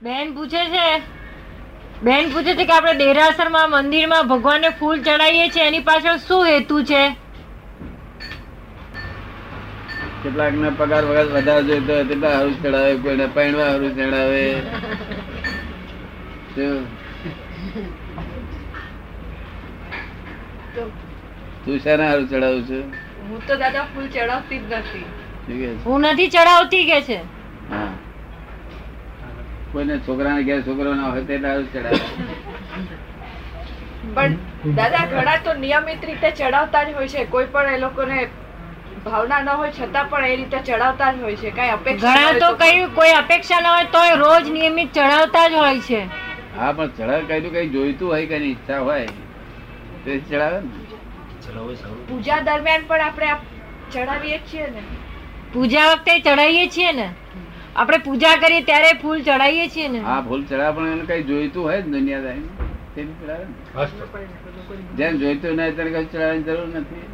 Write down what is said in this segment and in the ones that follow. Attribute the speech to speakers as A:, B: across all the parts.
A: બેન પૂછે છે બેન પૂછે છે કે આપણે દેરાસરમાં મંદિરમાં ભગવાનને ફૂલ ચડાવીએ છીએ એની પાછળ શું હેતુ છે
B: કેટલાકને પગાર વગર વધારે જોઈતો હોય તેટલા હારું ચડાવે કોઈને પૈણવા હારું ચડાવે શું? તું શેના હારું ચડાવું છું
C: હું તો દાદા ફૂલ ચડાવતી જ નથી
B: શું કે છે?
A: હું નથી ચડાવતી કે છે
B: હા કોઈને છોકરાને ઘેર છોકરો ના હોય તેટલા હારું ચડાવે
C: પણ દાદા ઘણા તો નિયમિત રીતે ચડાવતા જ હોય છે કોઈ પણ એ લોકોને ભાવના ન હોય છતાં પણ એ રીતે ચડાવતા જ હોય છે કઈ અપેક્ષા ન
A: ઘણા
C: હોય
A: તો કઈ કોઈ અપેક્ષા ન હોય તોય રોજ નિયમિત ચડાવતા જ હોય છે
B: હા પણ ચડાવે કઈ કઈ જોઈતું હોય કઈ ઈચ્છા હોય તે ચડાવે ને
C: પૂજા દરમિયાન પણ આપણે આ ચડાવીએ જ છીએ ને
A: પૂજા વખતે ચડાવીએ છીએ ને આપણે પૂજા કરીએ ત્યારે ફૂલ ચડાવીએ છીએ ને
B: હા ભૂલ ચડાવે પણ એને કઈ જોઈતું હોય જ દુનિયાદારી તેને ચડાવે ને જેને જોઈતું ના હોય તેને કઈ ચડાવવાની જરૂર નથી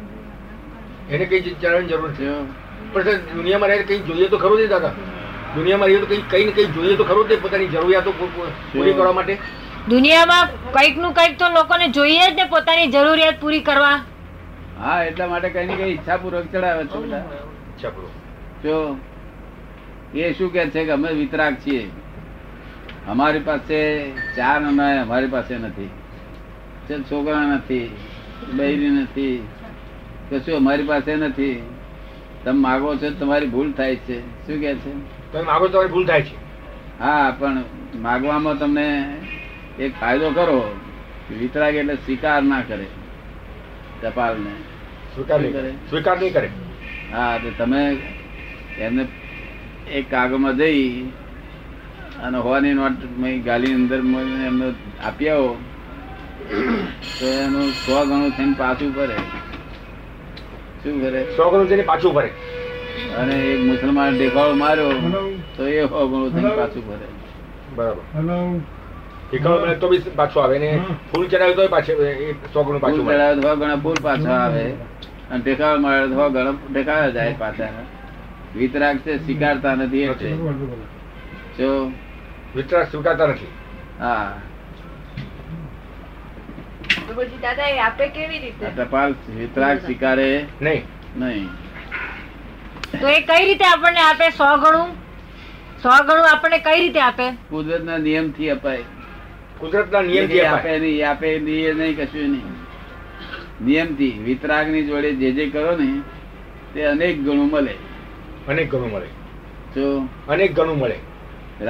D: એને કઈ ચડાવવાની જરૂર છે
B: જો.
D: પણ સર, દુનિયામાં રહીને કંઈ જોઈએ તો ખરું ને દાદા દુનિયામાં રહીએ તો કંઈ કંઈ ને કંઈ જોઈએ તો ખરું ને પોતાની જરૂરિયાતો પૂ- પૂ- પૂરી કરવા માટે
A: દુનિયામાં કંઈક નું કંઈક તો લોકોને જોઈએ જ ને પોતાની જરૂરિયાત પૂરી કરવા
B: હા એટલા માટે કઈ ને કઈ ઈચ્છા પૂર્વક ચડાવે છે બધા
D: અચ્છા, બરોબર.
B: જો એ શું કે છે કે અમે વિતરાગ છીએ અમારી પાસે ચા ન નાય અમારી પાસે નથી તે છોકરા નથી બૈરી નથી કશું અમારી પાસે નથી તમે માગો છો તો તમારી ભૂલ થાય છે શું કે છે
D: તમે માગો તો તમારી ભૂલ થાય છે
B: હા પણ માગવામાં તમને એક ફાયદો કરો વિતરાગ એટલે સ્વીકાર ના કરે ટપાલને
D: સ્વીકાર નહીં કરે સ્વીકાર નહીં કરે
B: હા તો તમે એમને એક કાગળમાં જઈ અને હોવાની નોટ મેં ગાલી અંદર મૂકીને એમને આપી આવો તો એનું સો ગણું થઈને પાછું કરે શું કરે
D: સો ગણું જઈને પાછું ઉભા રહે.
B: અને એક મુસલમાન દેખાડો માર્યો તો એ સો ગણું થઈને પાછું કરે
D: બરાબર ઠેકાણું મળે તો બી પાછું આવે ને ફૂલ ચડાવ્યું તો પાછું એ સો ગણું
B: ફૂલ
D: પાછું મળે.
B: ચડાવે તો સો ગણા ફૂલ પાછા આવે અને ઢેકાળ મારે તો સો ગણા ઢેકાળ જાય પાછા વિતરાગ છે સ્વીકારતા નથી એટલે જો
D: વિતરાગ સ્વીકારતા નથી
B: હા
C: તો પછી દાદા એ આપે કેવી
B: આ
C: રીતે
B: ટપાલ વિતરાગ સ્વીકારે
D: નહીં
B: નહીં
A: તો એ કઈ રીતે આપણને આપે સો ગણું સો ગણું આપણને કઈ રીતે આપે
B: કુદરતના નિયમથી અપાય
D: કુદરતના નિયમ
B: એ આપે નહીં એ આપે નહીં એ નહીં કશું નહીં નિયમથી વિતરાગની જોડે જે જે કરો ને તે અનેક ગણું મળે
D: અનેક ગણું મળે
B: જો
D: અનેક ગણું મળે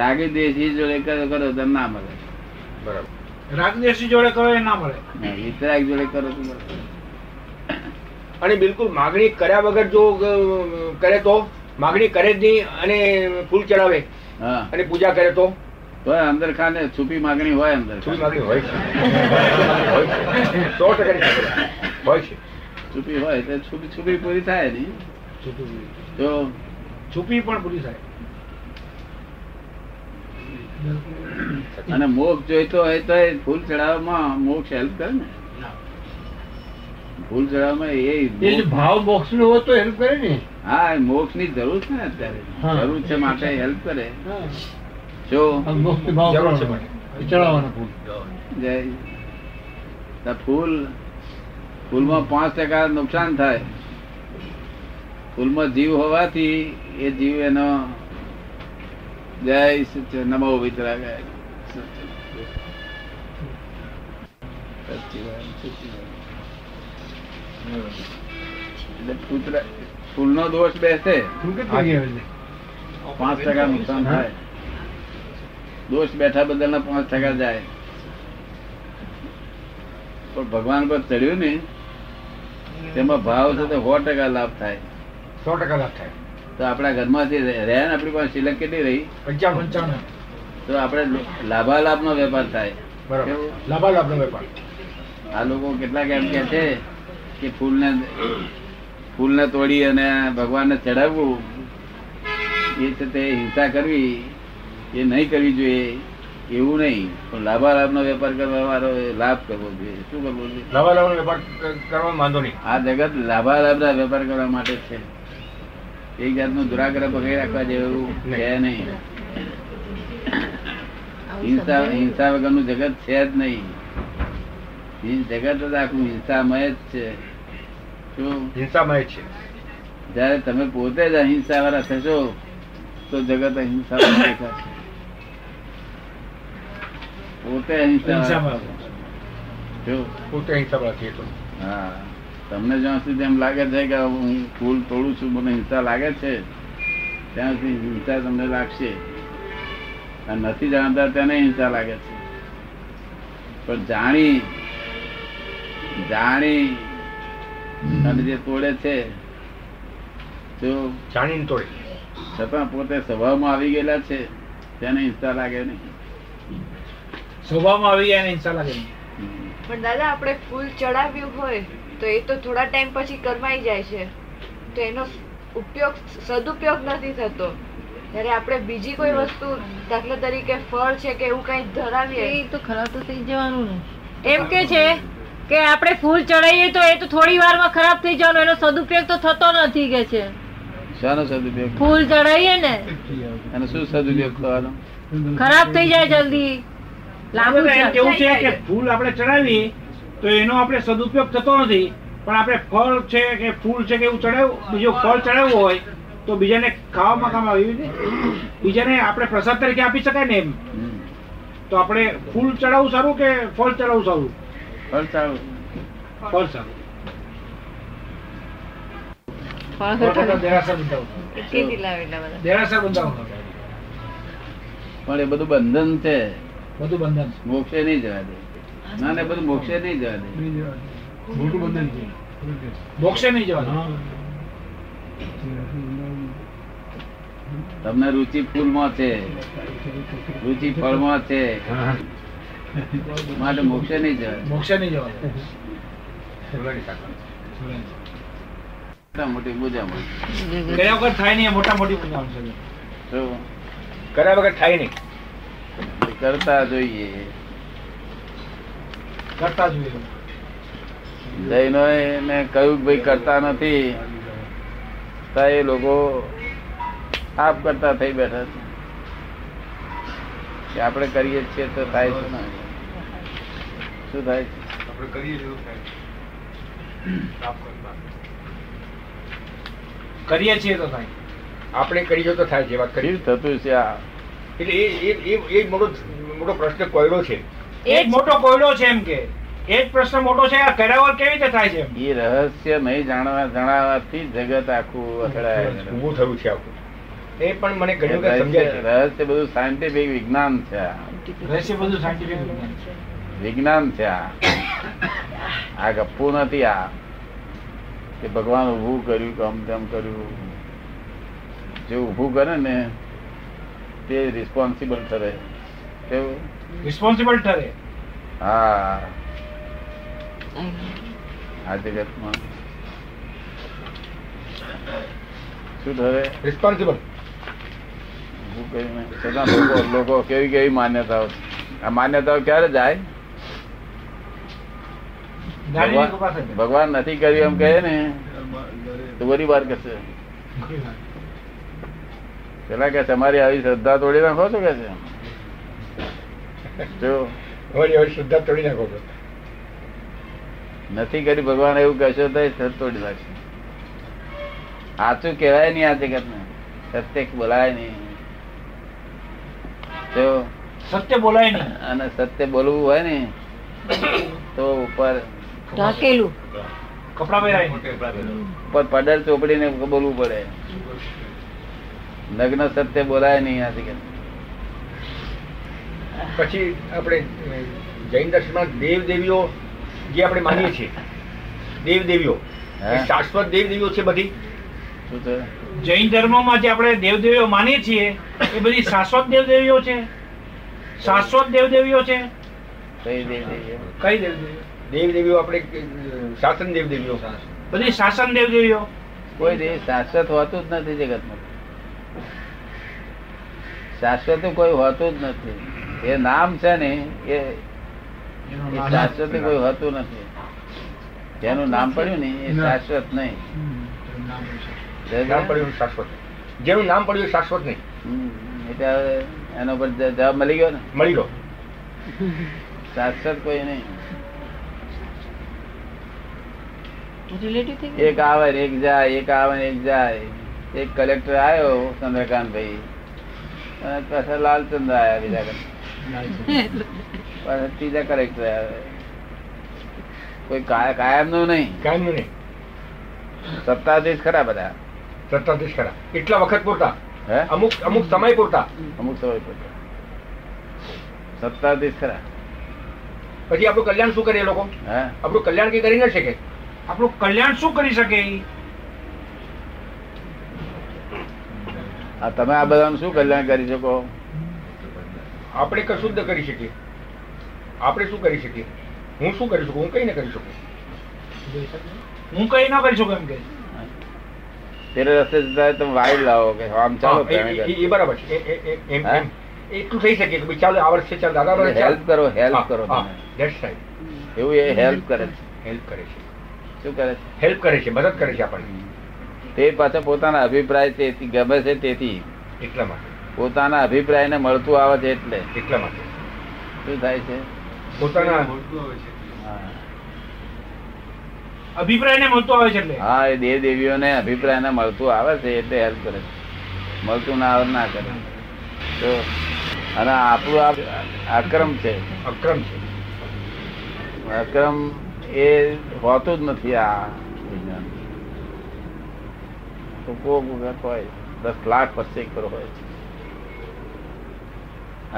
B: રાગી દેશી જોડે કરો કરો તો ના મળે
D: બરાબર
E: રાગદેશી જોડે કરો એ ના મળે
B: હા, વિતરાગ જોડે કરો તો મળે.
D: અને બિલકુલ માગણી કર્યા વગર જો અ, કરે તો માગણી કરે જ નહીં અને ફૂલ ચડાવે
B: હા
D: અને પૂજા કરે તો
B: તો અંદર ખાને છુપી માગણી હોય અંદર
D: શું
B: ખાને.
D: માગણી હોય છે હોય છે. સો ટકાની ખાતરી. હોય છે
B: છુપી હોય તો છુપી છુપી પૂરી થાય નહીં જો
E: છુપી પણ પૂરી થાય
B: અને મોક્ષ જોઈતો હોય તો ફૂલ ચડાવવામાં મોક્ષ હેલ્પ કરે ને ફૂલ ચડાવવામાં એ મોક્ષ-
E: ભાવ બોક્સ નો હોય તો હેલ્પ કરે ને
B: હા મોક્ષ ની જરૂર છે ને અત્યારે
E: હા.
B: જરૂર છે માટે હેલ્પ કરે જો
E: મોક્ષ
D: જરૂર છે મને
E: ચડાવવાનો ફૂલ
B: જય તો ફૂલ ફૂલમાં પાંચ ટકા નુકસાન થાય ફૂલમાં જીવ હોવાથી એ જીવ એનો જય સચ્ચે નમો વિતરા જય સચ્ચે. સચ્ચિદાનંદ, સચ્ચિદાનંદ. એટલે ફૂતરા- ફૂલનો દોષ બેસે
E: ફૂલ કેટલા ગયા છે
B: પાંચ ટકા નુકસાન થાય દોષ બેઠા બદલના પાંચ ટકા જાય પણ ભગવાન પર ચડ્યું ને તેમાં ભાવ છે તો સો ટકા લાભ થાય
D: સો ટકા લાભ થાય
B: તો આપણા ઘરમાંથી રહ્યા ને આપણી પાસે સિલક કેટલી રહી
D: પંચાણું પંચાણું
B: તો આપણે લાભાલાભનો વેપાર થાય
D: બરાબર
B: કેવું?
D: લાભાલાભનો વેપાર
B: આ લોકો કેટલાક એમ કે છે કે ફૂલને ફૂલને તોડી અને ભગવાનને ચડાવવું એ છે તે હિંસા કરવી એ નહીં કરવી જોઈએ એવું નહીં પણ લાભાલાભનો વેપાર કરવા વાળો એ લાભ કરવો જોઈએ શું કરવું જોઈએ
D: લાભાલાભનો વેપાર ક- કરવામાં વાંધો નહીં
B: આ જગત લાભાલાભના વેપાર કરવા માટે છે એક જાતનું દુરાગ્રહ પકડી રાખવા જેવું છે નહીં હિંસા હિંસા વગરનું જગત છે જ નહીં હિં- જગત જ આખું હિંસામય જ છે શું
D: હિંસામય છે
B: જ્યારે તમે પોતે જ અહિંસા વાળા થશો તો જગત અહિંસા દેખાશે પોતે અહિંસા
E: હિંસામાં આવવાનું.
B: જો
D: પોતે હિંસામય છે એ તો
B: હા તમને જ્યાં સુધી એમ લાગે છે કે હું ફૂલ તોડું છું મને હિંસા લાગે છે ત્યાં સુધી હિંસા તમને લાગશે અને નથી જાણતા તેને હિંસા લાગે છે પણ જાણી જાણી અને જે તોડે છે તો
D: જાણીને તોડે
B: છતાં પોતે સ્વભાવમાં આવી ગયેલા છે તેને હિંસા લાગે નહીં
E: સ્વભાવમાં આવી ગયા ને હિંસા લાગે નહીં.
C: પણ દાદા આપણે ફૂલ ચડાવ્યું હોય તો એ તો થોડા ટાઈમ પછી કરમાઈ જાય છે તો એનો ઉપયોગ સદુપયોગ નથી થતો જ્યારે આપણે બીજી કોઈ વસ્તુ દાખલા તરીકે ફળ છે કે એવું કંઈ ધરાવીએ
A: એ તો ખરાબ તો થઈ જવાનું ને એમ કે છે કે આપણે ફૂલ ચડાવીએ તો એ તો થોડી વારમાં ખરાબ થઈ જવાનું એનો સદુપયોગ તો થતો નથી કે છે
B: શાનો સદુપયોગ
A: ફૂલ ચડાવીએ ને
B: અને શું સદુપયોગ થવાનો
A: ખરાબ થઈ જાય જલ્દી લાંબુ
E: એટલે એમ
A: ચડ-
E: કેવું છે કે ફૂલ આપણે ચડાવીએ તો એનો આપણે સદુપયોગ થતો નથી પણ આપણે ફળ છે કે ફૂલ છે કે એવું ચડાવ્યું બીજો ફળ ચડાવવું હોય તો બીજાને ખાવામાં કામ આવી રીતે બીજાને આપણે પ્રસાદ તરીકે આપી શકાય ને એમ
B: હમ.
E: તો આપણે ફૂલ ચડાવવું સારું કે ફળ ચડાવવું સારું
B: ફળ સારું.
E: ફળ સારું
A: પણ
E: દેરાસર બંધાવું
A: કેટલી દિલાવી એટલા બધા
E: દેરાસર બંધાવું
B: પણ એ બધું બંધન છે
E: બધું બંધન
B: મોક્ષે નહીં જવા દે ના ને બધું મોક્ષે નહીં જવા દે
E: મોટું બંધન છે મોક્ષે નહીં જવાનું
B: તમને રુચિ ફૂલમાં છે રુચિ ફળમાં છે માટે મોક્ષે નહીં જવા દે.
E: મોક્ષે નહીં જવાનું
D: ફૂલની સાથે.
B: મોટા મોટી પૂજા માં
E: ગયા વખત થાય નહીં મોટા મોટી પૂજા છે
B: તો
D: કર્યા વગર થાય નહીં
B: એ કરતા જોઈએ
E: કરતા જોઈએ
B: જૈનો એને કહ્યું કે ભાઈ કરતા નથી તો એ લોકો આપ કરતા થઈ બેઠા છે કે આપણે કરીએ જ છીએ તો થાય છે ને. શું થાય છે?
D: આપણે કરીએ જેવું થાય સાફ કરવા.
E: કરીએ છીએ તો થાય
D: આપણે કરીએ તો થાય જે વાત કરી
B: કેવું થતું છે આ
D: એટલે એ એ- એ એ મોટો મોટો પ્રશ્ન કોયડો છે
A: એ
E: એક
A: જ-
E: મોટો કોયડો છે એમ કે એક પ્રશ્ન મોટો છે આ કર્યા વગર કેવી રીતે થાય છે એમ
B: એ રહસ્ય નહીં જાણવા જણાવવાથી જગત આખું અથડાય
D: ઊભું થયું છે આખું એ પણ મને
B: છે.
D: ઘણી વખત સમજાય છે
B: રહસ્ય બધું સાયન્ટિફિક વિજ્ઞાન છે આ.
E: રહેશે બધું સાયન્ટિફિક
B: વિજ્ઞાન છે આ આ ગપ્પુ નથી આ કે ભગવાન ઊભું કર્યું કે આમ તેમ કર્યું જે ઊભું કરે ને તે રિસ્પોન્સિબલ ઠરે કેવું
E: રિસ્પોન્સિબલ ઠરે
B: હા આ જગતમાં શું ઠરે
D: રિસ્પોન્સિબલ
B: ઊભું કરીને છતાં લોકો લોકો કેવી કેવી માન્યતાઓ આ માન્યતાઓ ક્યારે જાય
E: ગાડીની કૃપા થઈને.
B: ભગવાન નથી કર્યું એમ કહે ને તો વરી વાર કરશે પેલા કે તમારી આવી શ્રદ્ધા તોડી નાખો છો કે છે જો
D: વળી હવે શ્રદ્ધા તોડી નાખો છો
B: નથી કરી ભગવાન એવું કહેશો તો એ શ્રદ્ધા તોડી નાખશે સાચું કહેવાય નહીં આ જગતને સત્ય બોલાય નહીં જો
E: સત્ય બોલાય નહીં
B: અને સત્ય બોલવું હોય ને તો ઉપર
A: ઢાંકેલું
E: કપડા પહેરાય નહીં
B: ઉપર પડર ચોપડીને બોલવું પડે નગ્ન સત્ય બોલાય નહીં આ જગત
D: પછી આપણે અ, જૈન દર્શનમાં દેવ દેવીઓ જે આપણે માનીએ છીએ દેવ દેવીઓ
B: હે?
D: એ શાશ્વત દેવ દેવીઓ છે બધી
B: શું છે
E: જૈન ધર્મમાં જે આપણે દેવદેવીઓ માનીએ છીએ એ બધી શાશ્વત દેવદેવીઓ છે શાશ્વત દેવદેવીઓ
B: કઈ
E: છે
B: દે દઈએ.
E: કઈ દેવદેવીઓ
D: દેવ દેવીઓ આપણે અ, શાસન દેવ દેવીઓ
E: બધી શાસન દેવદેવીઓ
B: કોઈ દેવ શાશ્વત હોતું જ નથી જગતમાં શાશ્વત કોઈ હોતું જ નથી એ નામ છે ને એ એ શાશ્વત કોઈ હોતું નથી જેનું નામ પડ્યું ને એ
E: ના.
B: શાશ્વત નહીં
D: નામ પડ્યું શાશ્વત જેનું નામ પડ્યું એ શાશ્વત નહીં
B: હમ, એટલે હવે એનો પર જ- જવાબ મળી ગયો ને
D: મળી લો
B: શાશ્વત કોઈ નહીં
A: રિલેટિવ થઈ
B: એક આવે ને એક જાય એક આવે ને એક જાય એક કલેક્ટર આવ્યો ચંદ્રકાંત ભાઈ અને પાછા લાલચંદ આવ્યા બીજા કલેક્ટર. પાછા ત્રીજા કલેક્ટર આવ્યા કોઈ કાયમ નું નહીં
D: કાયમનું નહીં
B: સત્તાધીશ ખરા બધા
D: સત્તાધીશ ખરા એટલા વખત પૂરતા
B: હે
D: અમુક અમુક સમય પૂરતા
B: અમુક સમય પર સત્તાધીશ ખરા
D: પછી આપણું કલ્યાણ શું કરે એ લોકો
B: હે
D: આપણું કલ્યાણ કઈ કરી ન શકે
E: આપણું કલ્યાણ શું કરી શકે ઈ?
B: આ તમે આ બધાનું શું કલ્યાણ કરી શકો
D: આપણે કશું જ ન કરી શકીએ આપણે શું કરી શકીએ હું શું કરી શકું હું કઈ ન કરી શકું
E: હું કઈ ન કરી શકું એમ કે
B: તે રસ્તે જતા હોય તમે વાયુ લાવો કે આમ ચાલો
D: હા, એ- એ- એ બરાબર છે એ- એ- એ- એમ-
B: હા?
D: એમ. એટલું થઈ શકે કે ભઈ ચાલો આ વર્ષે ચાલો દાદા વર્ષે ચાલો.
B: હેલ્પ કરો હેલ્પ કરો
D: હા,
B: તમે
D: હા, that's right.
B: એવું એ હેલ્પ કરે છે
D: Help કરે છે
B: શું કરે છે
D: હેલ્પ કરે છે મદદ કરે છે આપણને
B: તે પાછા પોતાના અભિપ્રાય તેથી ગમે છે તેથી
D: એટલા માટે
B: પોતાના અભિપ્રાયને મળતું આવે છે એટલે
D: એટલા માટે
B: શું થાય છે
D: પોતાના
B: હા.
E: અભિપ્રાયને મળતો આવે છે એટલે
B: હા એ દેવ દેવીઓને અભિપ્રાયને મળતું આવે છે એટલે હેલ્પ કરે છે મળતું ના આવે ના કરે તો અને આપણું આ અક્રમ છે
D: અક્રમ છે
B: અક્રમ એ હોતું જ નથી આ વિજ્ઞાન તો કોક વખત હોય દસ લાખ પરસેક પર હોય છે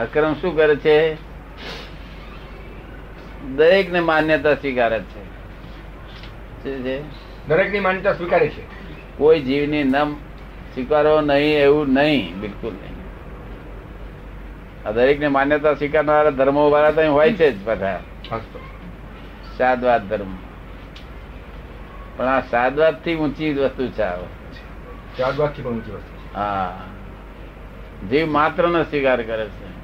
B: અક્રમ શું કરે છે દરેક ને માન્યતા સ્વીકારે છે શું છે
D: દરેકની માન્યતા સ્વીકારે છે
B: કોઈ જીવની નમ સ્વીકારો નહીં એવું નહીં બિલકુલ નહીં આ દરેકને માન્યતા સ્વીકારનારા ધર્મો વાળા તો અહીં હોય છે જ બધા
D: હસ્તો
B: સાદવાદ ધર્મ પણ આ સાદવાદ થી ઊંચી વસ્તુ છે આ.
D: ત્યારબાદથી પણ ઊંચી વસ્તુ
B: હા જીવ માત્ર નો સ્વીકાર કરે છે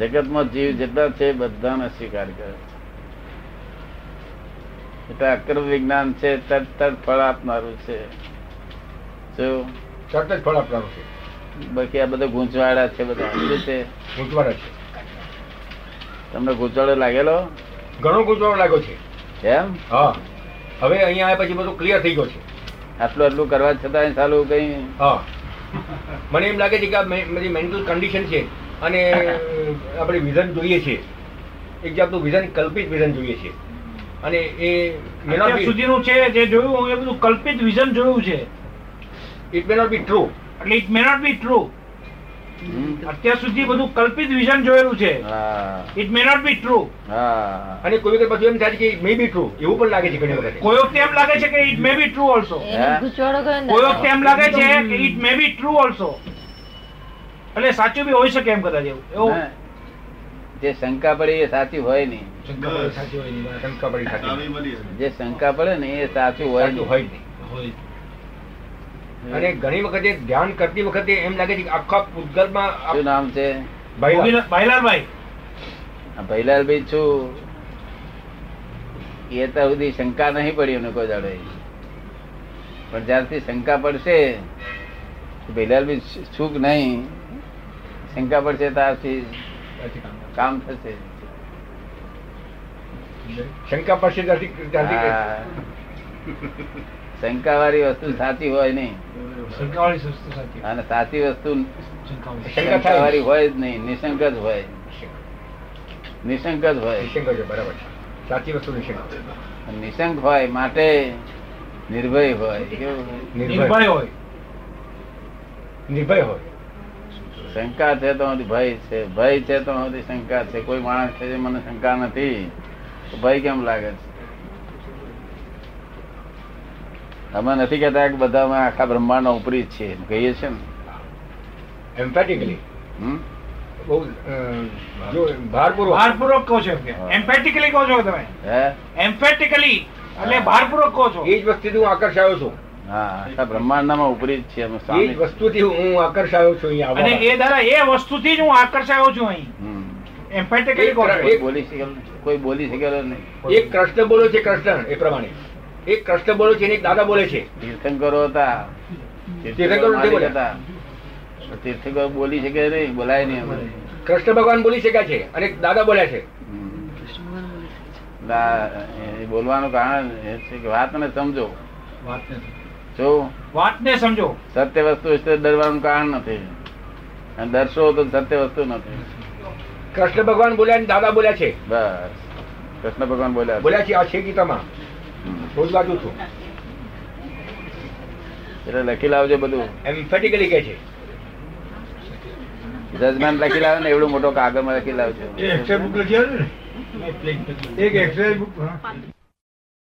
B: જગતમાં જીવ જેટલા છે બધાનો સ્વીકાર કરે છે એટલે અક્રમ વિજ્ઞાન છે તરત તરત ફળ આપનારું છે જો
D: તરત જ ફળ આપનારું છે
B: બાકી આ બધા ગૂંચવાડા છે બધા શું છે
D: ગૂંચવાડા છે
B: તમને ગૂંચવાડો લાગેલો
D: ઘણો ગૂંચવાડો લાગ્યો છે
B: એમ
D: હા હવે અહીંયા આવ્યા પછી બધું ક્લિયર થઈ ગયો છે
B: આટલું આટલું કરવા છતાં સાલું કઈ
D: હા મને એમ લાગે છે કે આ મે- મારી મેન્ટલ કન્ડિશન છે અને આપણે વિઝન જોઈએ છે એક જાતનું વિઝન કલ્પિત વિઝન જોઈએ છે અને એ may not
E: અત્યાર
D: be-
E: સુધીનું છે જે જોયું એ બધું કલ્પિત વિઝન જોયું છે
D: it may not be true.
E: એટલે it may not be true
B: હમ?
E: અત્યાર સુધી બધું કલ્પિત વિઝન જોયેલું છે
B: હા
E: it may not be true
B: હા
D: અને કોઈ વખત પાછું એમ થાય છે કે મે બી ટ્રુ એવું પણ લાગે છે ઘણી વખત
E: કોઈ વખતે એમ લાગે છે કે it may be true also
A: એનો ગુચવાડો ગયો ને
E: કોઈ વખતે એમ લાગે છે કે it may be true also એટલે સાચું બી હોઈ શકે એમ કદાચ એવું એવું
B: ના. જે શંકા પડે એ સાચી હોય નહીં
D: શંકા પડી સાચી હોય નહીં, શંકા પડી સાચી હોય નહીં.
B: જે શંકા પડે ને એ સાચું હોય
D: સાચું
B: નહીં.
D: હોય જ નહીં. અને ઘણી વખતે ધ્યાન કરતી વખતે એમ લાગે છે કે આખા ભૂતગલમાં આ-
B: શું નામ છે
D: ભાઈ
E: ભોગીલા- ભાઈલાલભાઈ
B: આ ભૈલાલભાઈ છું એ તો સુધી શંકા નહીં પડી એમને કોઈ દાડો પણ જ્યારથી શંકા પડશે કે ભૈલાલભાઈ છૂક નહીં શંકા પડશે ત્યારથી કામ થશે
D: શંકા પડશે ત્યારથી- ત્યારથી
B: હા. શંકાવાળી વસ્તુ સાચી હોય નહીં
E: સરકારી સંસ્થા સાચી
B: અને સાચી વસ્તુ
D: શંકા થાય
B: શંકાવાળી હોય જ નહીં નિશંક જ હોય નિશંક જ હોય
D: નિશંક જ હોય, બરાબર છે સાચી વસ્તુ નિશંક
B: નિશંક હોય માટે નિર્ભય હોય કેવું હોય?
D: નિર્ભય
E: નિર્ભય હોય
D: નિર્ભય હોય
B: શંકા છે તો મારી ભય છે ભય છે તો મારી શંકા છે કોઈ માણસ છે જે મને શંકા નથી તો ભય કેમ લાગે છે અમે નથી કહેતા કે બધા અમે આખા બ્રહ્માંડના ઉપરી જ છીએ કહીએ છીએ ને
D: એમ્ફેટિકલી
B: હમ?
D: બહુ અ, જો ભારપૂર્વક
E: ભારપૂર્વક કહો છો એમ કે
B: હા.
E: એમ્પેટિકલી કહો છો તમે
B: હે
E: એમ્પેટિકલી એટલે ભારપૂર્વક કહો છો
D: એ જ વસ્તુથી હું આકર્ષાયો છું
B: હા આખા બ્રહ્માંડનામાં ઉપરી જ છીએ અમે
D: એ જ
B: સ્વામી
D: વસ્તુથી હું આકર્ષાયો છું અહીંયા
E: અને
D: આવવામાં.
E: એ દાદા એ વસ્તુથી જ હું આકર્ષાયો છું અહીં
B: હમ.
E: એમ્પેટિકલી કહો છો
B: કોઈ બોલી શકેલું કોઈ બોલી શકેલો નહીં
D: એક કૃષ્ણ બોલો છે કૃષ્ણ એ પ્રમાણે એક કૃષ્ણ બોલો છે અને એક દાદા બોલે છે
B: તીર્થંકરો હતા
D: તીર્થંકરો નથી
B: માલિક
D: બોલ્યા.
B: હતા તીર્થંકર બોલી શકે નહીં બોલાય નહીં અમારે
D: કૃષ્ણ ભગવાન બોલી શક્યા છે અને દાદા બોલ્યા છે
B: હમ. ના, એ બોલવાનું કારણ એ છે કે વાતને સમજો
E: વાતને સમજો.
B: જો
E: વાતને સમજો
B: સત્ય વસ્તુ વિશે ડરવાનું કારણ નથી અને ડરશો તો સત્ય વસ્તુ નથી
D: કૃષ્ણ ભગવાન બોલ્યા અને દાદા બોલ્યા છે
B: બસ કૃષ્ણ ભગવાન બોલ્યા છે.
D: બોલ્યા છે આ છે ગીતામાં
B: હમ.
D: રોજ વાંચું છું
B: એટલે લખી લાવજો બધું
D: એમ્ફેટિકલી કહે છે
B: જજમાન લખી લાવે ને એવડો મોટો કાગળમાં લખી લાવજો
F: એ એક્સેલ બુક લખી આવ્યો ને એક એક્સેલ બુક હા